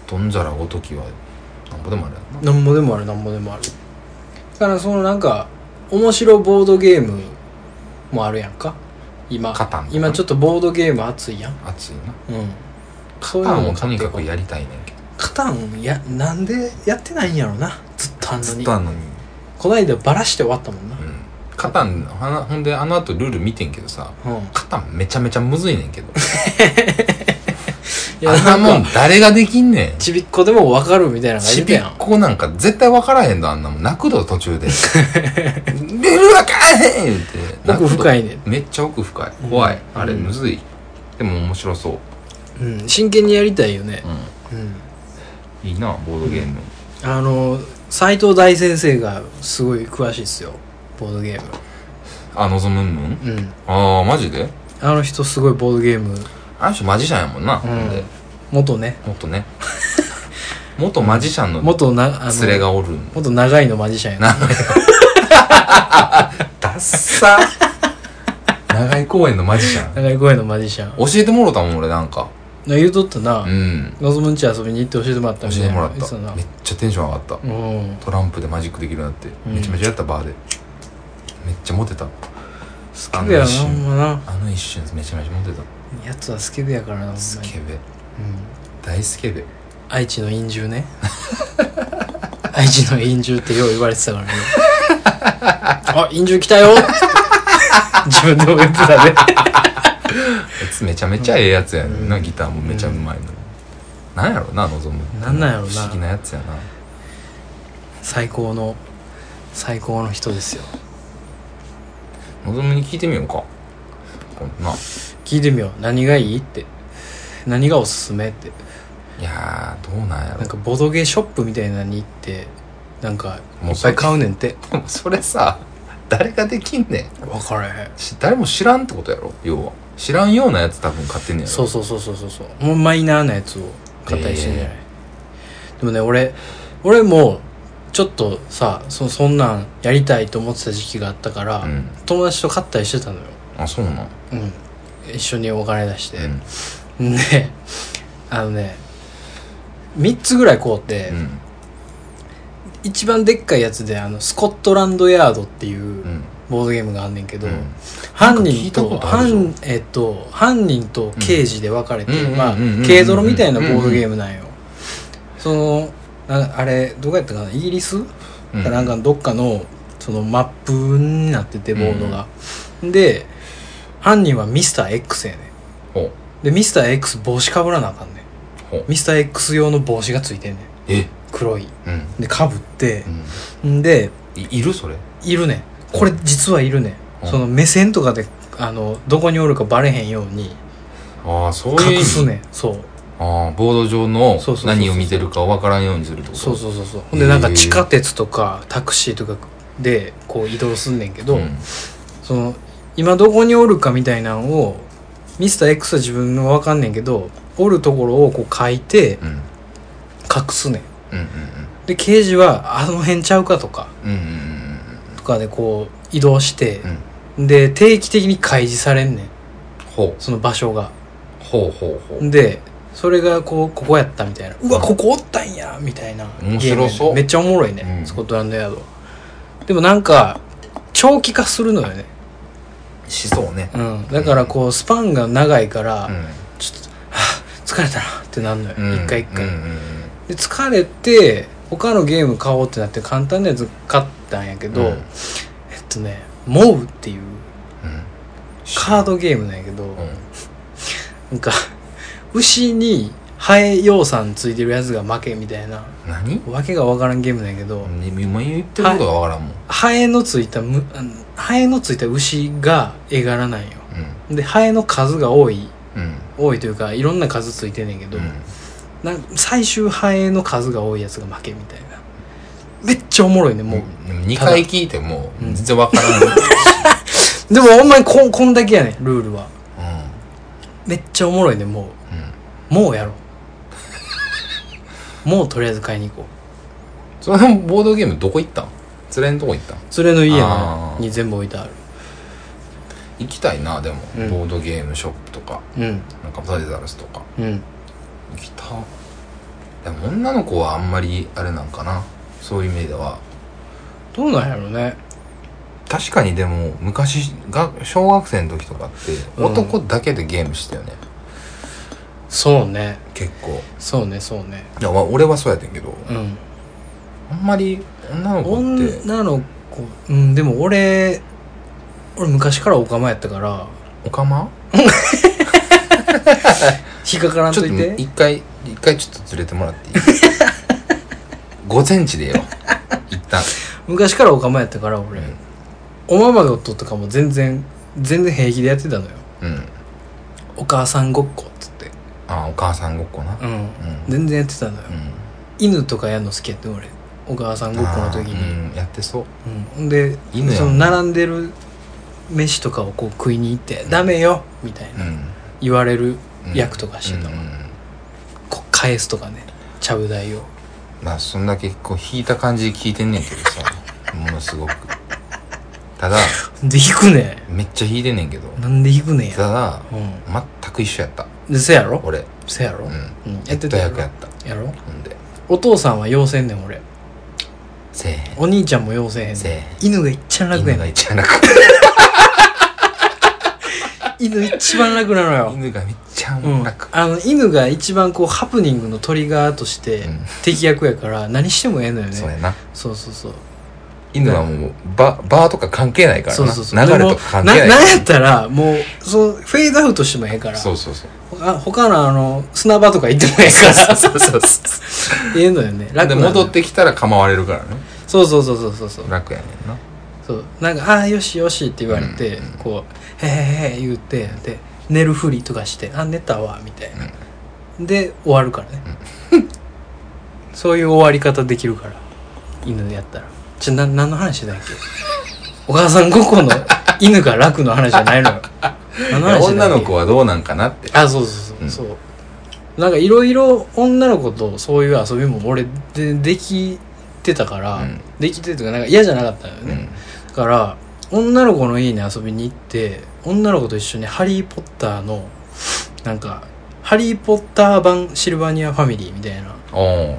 [SPEAKER 2] ドンジャラごときはなんぼでもあるやんな
[SPEAKER 1] なんぼでもあるなんぼでもあるからそのなんか面白ボードゲームもあるやんか今
[SPEAKER 2] カタンとか
[SPEAKER 1] 今ちょっとボードゲーム熱いやん
[SPEAKER 2] 熱いな
[SPEAKER 1] うんそう
[SPEAKER 2] カ
[SPEAKER 1] いうの
[SPEAKER 2] タン
[SPEAKER 1] も
[SPEAKER 2] をと
[SPEAKER 1] 買っ
[SPEAKER 2] に
[SPEAKER 1] てい
[SPEAKER 2] か
[SPEAKER 1] こう
[SPEAKER 2] くやりたいねんけど
[SPEAKER 1] カタンやなんでやってないんやろなずっとあんの
[SPEAKER 2] ずっ
[SPEAKER 1] に
[SPEAKER 2] とあんのに、
[SPEAKER 1] こないだバラして終わったもんな
[SPEAKER 2] うん、カタンはなほんであの後ルール見てんけどさ
[SPEAKER 1] うん
[SPEAKER 2] カタンめちゃめちゃむずいねんけど
[SPEAKER 1] いや
[SPEAKER 2] あんな
[SPEAKER 1] な
[SPEAKER 2] も
[SPEAKER 1] ん
[SPEAKER 2] ん
[SPEAKER 1] か
[SPEAKER 2] 誰ができんねん
[SPEAKER 1] ちびっこでも分かるみたいなのが
[SPEAKER 2] ち
[SPEAKER 1] い
[SPEAKER 2] び
[SPEAKER 1] て
[SPEAKER 2] った
[SPEAKER 1] やん
[SPEAKER 2] こなんか絶対分からへんのあんなもん泣くど途中 で「ルール分からへん!」って泣く
[SPEAKER 1] 奥
[SPEAKER 2] ど
[SPEAKER 1] 深いね
[SPEAKER 2] めっちゃ奥深い怖い、
[SPEAKER 1] うん
[SPEAKER 2] あれ
[SPEAKER 1] うん
[SPEAKER 2] むずいでも面白そう、
[SPEAKER 1] うん真剣にやりたいよねうん
[SPEAKER 2] いいなボードゲーム、
[SPEAKER 1] あの斎藤大先生がすごい詳しいっすよボードゲー
[SPEAKER 2] あ望むんむん
[SPEAKER 1] ムうん
[SPEAKER 2] ああマジで
[SPEAKER 1] あの人すごいボードゲーム
[SPEAKER 2] あの人マジシャンやもんな、
[SPEAKER 1] うん
[SPEAKER 2] ほんで
[SPEAKER 1] 元ね
[SPEAKER 2] もっとね 元マジシャンの
[SPEAKER 1] 元なあの
[SPEAKER 2] 連れがおるん
[SPEAKER 1] 元長いのマジシャンやな
[SPEAKER 2] 長いダッサ 長井公園のマジシャン
[SPEAKER 1] 長い声のマジシャン
[SPEAKER 2] 教えてもろたもん俺なんか
[SPEAKER 1] 言うとったな
[SPEAKER 2] うん
[SPEAKER 1] のぞむんち遊びに行って教えてもらった
[SPEAKER 2] 教
[SPEAKER 1] みたい
[SPEAKER 2] えて
[SPEAKER 1] な
[SPEAKER 2] もらっ
[SPEAKER 1] 言って
[SPEAKER 2] た
[SPEAKER 1] な
[SPEAKER 2] めっちゃテンション上がった
[SPEAKER 1] うん
[SPEAKER 2] トランプでマジックできるようになって、
[SPEAKER 1] うん
[SPEAKER 2] めちゃめちゃやったバーでめっちゃモテた
[SPEAKER 1] スケベやな
[SPEAKER 2] あ
[SPEAKER 1] ほ
[SPEAKER 2] の一瞬
[SPEAKER 1] んまな
[SPEAKER 2] あの一瞬めちゃめちゃモテた
[SPEAKER 1] やつはスケベやからなほんま
[SPEAKER 2] ス
[SPEAKER 1] に
[SPEAKER 2] ケベ
[SPEAKER 1] うん
[SPEAKER 2] 大スケベ
[SPEAKER 1] 愛知の陰獣ね 愛知の陰獣ってよう言われてたから ねあ陰獣来た よ自分でも言ってたね
[SPEAKER 2] あいつめちゃめちゃええやつやねんな、
[SPEAKER 1] うん
[SPEAKER 2] ギターもめちゃうまいの、なんやろな望む
[SPEAKER 1] なんなんやろな
[SPEAKER 2] 不思議なやつやな
[SPEAKER 1] 最高の最高の人ですよ
[SPEAKER 2] 望むに聞いてみようかこんな
[SPEAKER 1] 聞いてみよう何がいいって何がおすすめって
[SPEAKER 2] いやーどうなんやろ
[SPEAKER 1] なんかボドゲショップみたいなのに行ってなんかい
[SPEAKER 2] もう
[SPEAKER 1] っぱい買うねんって
[SPEAKER 2] でもそれ さ誰ができんねん
[SPEAKER 1] 分からへん
[SPEAKER 2] し誰も知らんってことやろ要は知らんようなやつ多分買ってんねやろ
[SPEAKER 1] そうそうそうそうそうそうもうマイナーなやつを買ったりしてんじゃない、でもね俺俺もちょっとさそそんなんやりたいと思ってた時期があったから、
[SPEAKER 2] うん
[SPEAKER 1] 友達と買ったりしてたのよ
[SPEAKER 2] あそうなん
[SPEAKER 1] うん一緒にお金出して、
[SPEAKER 2] うん
[SPEAKER 1] であのね3つぐらい買うて、
[SPEAKER 2] うん
[SPEAKER 1] 一番でっかいやつであのスコットランドヤードっていう
[SPEAKER 2] う
[SPEAKER 1] うんボードゲームがあんねんけど、
[SPEAKER 2] うん
[SPEAKER 1] 犯
[SPEAKER 2] なんか聞
[SPEAKER 1] 人
[SPEAKER 2] いた
[SPEAKER 1] と
[SPEAKER 2] ことあるぞ
[SPEAKER 1] 犯えっと犯人と刑事で分かれて、
[SPEAKER 2] うん
[SPEAKER 1] まあ
[SPEAKER 2] うんうんうんうんうん
[SPEAKER 1] 軽泥みたいなボードゲームなんよ、そのなあれどこやったかなイギリス、
[SPEAKER 2] うん
[SPEAKER 1] なんかどっかのそのマップになっててボードが、で犯人はミスター X やね
[SPEAKER 2] ほうん
[SPEAKER 1] でミスター X 帽子かぶらなあかんねん
[SPEAKER 2] ほう
[SPEAKER 1] ミスター X 用の帽子がついてんねん
[SPEAKER 2] え
[SPEAKER 1] 黒い
[SPEAKER 2] うん、
[SPEAKER 1] でかぶって
[SPEAKER 2] う、ん、
[SPEAKER 1] んで
[SPEAKER 2] いいるそれ
[SPEAKER 1] いるねんこれ実はいるねん、
[SPEAKER 2] うん
[SPEAKER 1] その目線とかであのどこにおるかバレへんように
[SPEAKER 2] ああそういう意
[SPEAKER 1] 隠
[SPEAKER 2] 味
[SPEAKER 1] すねんそう
[SPEAKER 2] ああボード上の
[SPEAKER 1] そうそうそうそう
[SPEAKER 2] 何を見てるか分からんようにするってこと
[SPEAKER 1] そうそうそうそうほんでなんか地下鉄とかタクシーとかでこう移動すんねんけど、
[SPEAKER 2] ん
[SPEAKER 1] その今どこにおるかみたいなんをミスター X は自分の分かんねんけどおるところをこう書いて
[SPEAKER 2] うん
[SPEAKER 1] 隠すねん
[SPEAKER 2] うんうん
[SPEAKER 1] で刑事はあの辺ちゃうかとか
[SPEAKER 2] うんうん
[SPEAKER 1] とかでこう移動して
[SPEAKER 2] うんうんう、ん
[SPEAKER 1] で定期的に開示されんねん
[SPEAKER 2] ほ
[SPEAKER 1] その場所が
[SPEAKER 2] うほうほうほう
[SPEAKER 1] でそれがこうここやったみたいなうわここおったんやみたいな
[SPEAKER 2] 面白そ
[SPEAKER 1] ゲームやね
[SPEAKER 2] う
[SPEAKER 1] めっちゃおもろいね、
[SPEAKER 2] うん
[SPEAKER 1] スコットランドヤードはでもなんか長期化するのよね、
[SPEAKER 2] しそうね
[SPEAKER 1] うん、だからこうスパンが長いから、
[SPEAKER 2] うん
[SPEAKER 1] ちょっとはぁ疲れたなってなんのよ、
[SPEAKER 2] うん
[SPEAKER 1] 一回一回、
[SPEAKER 2] うんうん
[SPEAKER 1] で疲れて他のゲーム買おうってなって簡単なやつ買ったんやけど、
[SPEAKER 2] うん
[SPEAKER 1] えっとね「モウ」っていう
[SPEAKER 2] うんうん
[SPEAKER 1] カードゲームなんやけど、
[SPEAKER 2] うん
[SPEAKER 1] なんか牛にハエ養蚕ついてるやつが負けみたいな
[SPEAKER 2] 何
[SPEAKER 1] わけがわからんゲームなんやけど、
[SPEAKER 2] 今言ってることがわからんもん、
[SPEAKER 1] ハエのついたむあのハエのついた牛が絵柄なんよでハエの数が多い
[SPEAKER 2] うんうん
[SPEAKER 1] 多いというかいろんな数ついてんねんけど、なん最終ハエの数が多いやつが負けみたいなめっちゃおもろいねも
[SPEAKER 2] も
[SPEAKER 1] う、
[SPEAKER 2] う2回聞いても
[SPEAKER 1] うん
[SPEAKER 2] 全然わから ん、
[SPEAKER 1] でもほんまにこんこんだけやねんルールは
[SPEAKER 2] うん
[SPEAKER 1] めっちゃおもろいねも
[SPEAKER 2] うん、
[SPEAKER 1] うもうやろ うもうとりあえず買いに行こう
[SPEAKER 2] そのボードゲームどこ行ったん連れんとこ行ったん
[SPEAKER 1] それの家
[SPEAKER 2] あー
[SPEAKER 1] に全部置いてある
[SPEAKER 2] 行きたいなでも、
[SPEAKER 1] うん
[SPEAKER 2] ボードゲームショップとか
[SPEAKER 1] うん
[SPEAKER 2] なんかザイザルスとか
[SPEAKER 1] うん
[SPEAKER 2] 行きたでも女の子はあんまりあれなんかなそういう意味では
[SPEAKER 1] どうなんやろね
[SPEAKER 2] 確かにでも昔が小学生の時とかって
[SPEAKER 1] うん
[SPEAKER 2] 男だけでゲームしてたよね、
[SPEAKER 1] そうね
[SPEAKER 2] 結構
[SPEAKER 1] そうねそうね
[SPEAKER 2] いやわ俺はそうやってんけど
[SPEAKER 1] うん
[SPEAKER 2] あんまり女の子って
[SPEAKER 1] 女の子うんでも俺俺昔からオカマやったから
[SPEAKER 2] おかま
[SPEAKER 1] 引っかからん
[SPEAKER 2] ちょ
[SPEAKER 1] とい
[SPEAKER 2] っと
[SPEAKER 1] て
[SPEAKER 2] 一回一回ちょっとずれても らっていい5センチでよ一旦
[SPEAKER 1] 昔からオカマやったから俺、
[SPEAKER 2] うん
[SPEAKER 1] おままごととかも全然全然平気でやってたのよ
[SPEAKER 2] うん
[SPEAKER 1] お母さんごっこっつって
[SPEAKER 2] ああお母さんごっこな
[SPEAKER 1] うん
[SPEAKER 2] うん
[SPEAKER 1] 全然やってたのよ、
[SPEAKER 2] うん
[SPEAKER 1] 犬とかやんの好きやって俺お母さんごっこの時
[SPEAKER 2] あ
[SPEAKER 1] に、
[SPEAKER 2] ーうんやってそう
[SPEAKER 1] うん、ほんで
[SPEAKER 2] 犬やん
[SPEAKER 1] その並んでる飯とかをこう食いに行って「ダメよ」みたいな
[SPEAKER 2] うん
[SPEAKER 1] 言われる
[SPEAKER 2] うん
[SPEAKER 1] 役とかしてたの、
[SPEAKER 2] うんうん
[SPEAKER 1] こう返すとかねちゃぶ台を
[SPEAKER 2] まあそんだけこう引いた感じで聞いてんねんけどさ ものすごくただ
[SPEAKER 1] で引くね
[SPEAKER 2] めっちゃ引いてんねんけど
[SPEAKER 1] なんで引くねんや
[SPEAKER 2] ただ
[SPEAKER 1] う
[SPEAKER 2] 全く一緒やった
[SPEAKER 1] んでせやろ
[SPEAKER 2] 俺
[SPEAKER 1] せやろ、う
[SPEAKER 2] う
[SPEAKER 1] ん、や
[SPEAKER 2] や
[SPEAKER 1] っ
[SPEAKER 2] ってと
[SPEAKER 1] たや
[SPEAKER 2] 役
[SPEAKER 1] ろ
[SPEAKER 2] やった
[SPEAKER 1] やろ
[SPEAKER 2] ほんで
[SPEAKER 1] お父さんは要せんねん俺
[SPEAKER 2] せえへ
[SPEAKER 1] お兄ちゃんも要せえへんね
[SPEAKER 2] ん
[SPEAKER 1] ん
[SPEAKER 2] せえへ
[SPEAKER 1] 犬が一番
[SPEAKER 2] ん
[SPEAKER 1] 楽や
[SPEAKER 2] 犬
[SPEAKER 1] ねん
[SPEAKER 2] が一番楽
[SPEAKER 1] 犬一番楽なのよ、
[SPEAKER 2] 犬がめっちゃ
[SPEAKER 1] うん、
[SPEAKER 2] 楽
[SPEAKER 1] あの犬が一番こうハプニングのトリガーとして
[SPEAKER 2] うん
[SPEAKER 1] 敵役やから何してもええのよね、
[SPEAKER 2] そうやな
[SPEAKER 1] そうそうそう
[SPEAKER 2] 犬はもうババーとか関係ないから
[SPEAKER 1] そう
[SPEAKER 2] な
[SPEAKER 1] そうそう
[SPEAKER 2] 流れとか関係
[SPEAKER 1] でも
[SPEAKER 2] ない
[SPEAKER 1] な
[SPEAKER 2] か
[SPEAKER 1] なんやったらもうそのフェードアウトしてもええからら
[SPEAKER 2] そ うそうそう
[SPEAKER 1] 他他のあの砂場とか行ってもええから
[SPEAKER 2] そうそうそう
[SPEAKER 1] ええのよね楽
[SPEAKER 2] で
[SPEAKER 1] なのよ
[SPEAKER 2] 戻ってきたら構われるからね
[SPEAKER 1] そうそうそうそうそうそう
[SPEAKER 2] 楽やねんな
[SPEAKER 1] そうなんか「ああーよしよし」って言われて、
[SPEAKER 2] うんうん
[SPEAKER 1] こう「へへへ」言ってで寝るふりとかして「あ寝たわ」みたいな、で終わるからね、そういう終わり方できるから犬でやったらちょな何の話だっけお母さんごっこの犬が楽の話じゃないのよ何の話だっけ
[SPEAKER 2] 女の子はどうなんかなって
[SPEAKER 1] あそうそうそううんそう、なんかいろいろ女の子とそういう遊びも俺でできてたから、
[SPEAKER 2] うん
[SPEAKER 1] できてるとかなんか嫌じゃなかったのよね、
[SPEAKER 2] うん
[SPEAKER 1] だから女の子の家に遊びに行って女の子と一緒に「ハリー・ポッター」のなんか「ハリー・ポッター版シルバニアファミリー」みたいな
[SPEAKER 2] ああ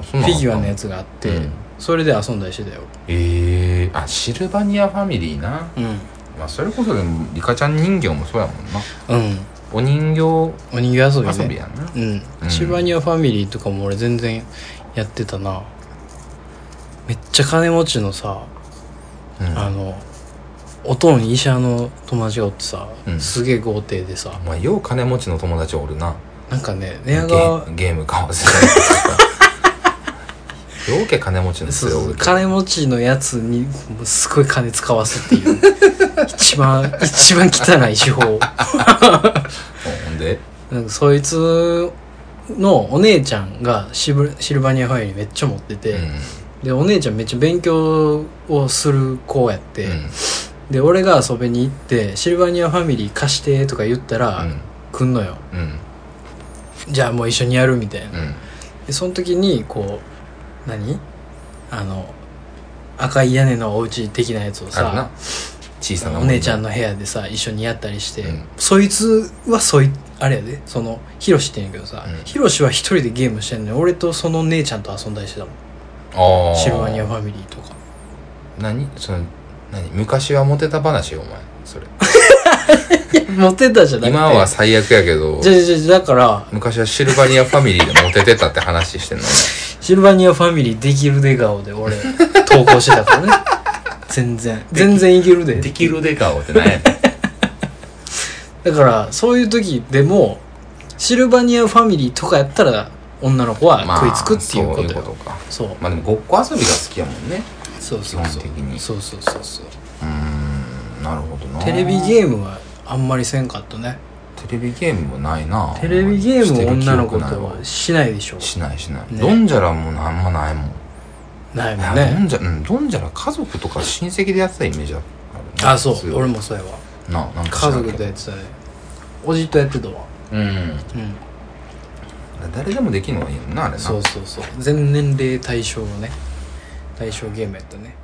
[SPEAKER 2] そん
[SPEAKER 1] フ
[SPEAKER 2] なんあった
[SPEAKER 1] ィギュアのやつがあって、
[SPEAKER 2] うん
[SPEAKER 1] それで遊んだりしてたよ
[SPEAKER 2] ええあシルバニアファミリーな
[SPEAKER 1] うん
[SPEAKER 2] まあそれこそでもリカちゃん人形もそうやもんな
[SPEAKER 1] うん
[SPEAKER 2] お人形
[SPEAKER 1] お人形遊びね
[SPEAKER 2] 遊びやんな
[SPEAKER 1] うん、
[SPEAKER 2] うん
[SPEAKER 1] シルバニアファミリーとかも俺全然やってたなめっちゃ金持ちのさ、
[SPEAKER 2] うん
[SPEAKER 1] あのおとん医者の友達がおってさ、
[SPEAKER 2] うん
[SPEAKER 1] すげえ豪邸でさ
[SPEAKER 2] お前よう金持ちの友達おるな
[SPEAKER 1] なんかね
[SPEAKER 2] ゲ
[SPEAKER 1] 寝屋川
[SPEAKER 2] ーゲーム買わせ たりとかようけ金持ちの
[SPEAKER 1] そう
[SPEAKER 2] やつ
[SPEAKER 1] そ
[SPEAKER 2] お
[SPEAKER 1] う
[SPEAKER 2] るから
[SPEAKER 1] 金持ちのやつにもうすごい金使わすって いう一番一番汚い手法
[SPEAKER 2] ほんで
[SPEAKER 1] なんかそいつのお姉ちゃんがシブシルバニアファミリーめっちゃ持ってて、でお姉ちゃんめっちゃ勉強をする子やって、
[SPEAKER 2] うん
[SPEAKER 1] で俺が遊びに行って「シルバニアファミリー貸して」とか言ったら、来んのよ
[SPEAKER 2] うんうん
[SPEAKER 1] じゃあもう一緒にやるみたいな、
[SPEAKER 2] うん
[SPEAKER 1] でその時にこう何あの赤い屋根のお家的なやつを
[SPEAKER 2] ある
[SPEAKER 1] さ
[SPEAKER 2] な小さな
[SPEAKER 1] お姉ちゃん
[SPEAKER 2] の
[SPEAKER 1] の部屋でさ一緒にやったりして、
[SPEAKER 2] うん
[SPEAKER 1] そいつはそいあれやでそのヒロシって言うんやけどさ
[SPEAKER 2] うん
[SPEAKER 1] ヒロシは一人でゲームしてんのに俺とその姉ちゃんと遊んだりしてたもん
[SPEAKER 2] ああ
[SPEAKER 1] シルバニアファミリーとか
[SPEAKER 2] 何その何昔はモテた話よお前それ
[SPEAKER 1] モテたじゃなくて
[SPEAKER 2] 今は最悪やけど
[SPEAKER 1] じゃあじゃあじゃあだから
[SPEAKER 2] 昔はシルバニアファミリーでモテてたって話してんの
[SPEAKER 1] シルバニアファミリーできるで顔で 俺投稿してたからね全然全然いけ るで
[SPEAKER 2] きるで顔って何 やねん
[SPEAKER 1] だからそういう時でもシルバニアファミリーとかやったら女の子は食いつくっていうことよ、
[SPEAKER 2] そういうことか
[SPEAKER 1] そう
[SPEAKER 2] まあでもごっこ遊びが好きやもんね
[SPEAKER 1] そうそうそう
[SPEAKER 2] 基本的に
[SPEAKER 1] そうそうそうそう
[SPEAKER 2] うーんなるほどな
[SPEAKER 1] テレビ
[SPEAKER 2] ー
[SPEAKER 1] ゲームはあんまりせんかったね
[SPEAKER 2] ムテレビゲームもないな
[SPEAKER 1] テレビゲームを女の子と
[SPEAKER 2] してる記憶ない
[SPEAKER 1] は
[SPEAKER 2] わ
[SPEAKER 1] しないでしょ
[SPEAKER 2] しないしない
[SPEAKER 1] ね
[SPEAKER 2] ドンジャラもあんまないもん
[SPEAKER 1] ないもん
[SPEAKER 2] ド
[SPEAKER 1] ね
[SPEAKER 2] ンジャうんドンジャラ家族とか親戚でやってたイメージあるな
[SPEAKER 1] あそう
[SPEAKER 2] 強い
[SPEAKER 1] 俺もそうやわ
[SPEAKER 2] ななんか知ら
[SPEAKER 1] 家
[SPEAKER 2] んけ
[SPEAKER 1] 族
[SPEAKER 2] ど
[SPEAKER 1] とやってたねおじとやってたわ
[SPEAKER 2] うん
[SPEAKER 1] うん
[SPEAKER 2] 誰でもできるのがいいもんなあれな
[SPEAKER 1] そうそうそう全年齢対象をね対象ゲームやったね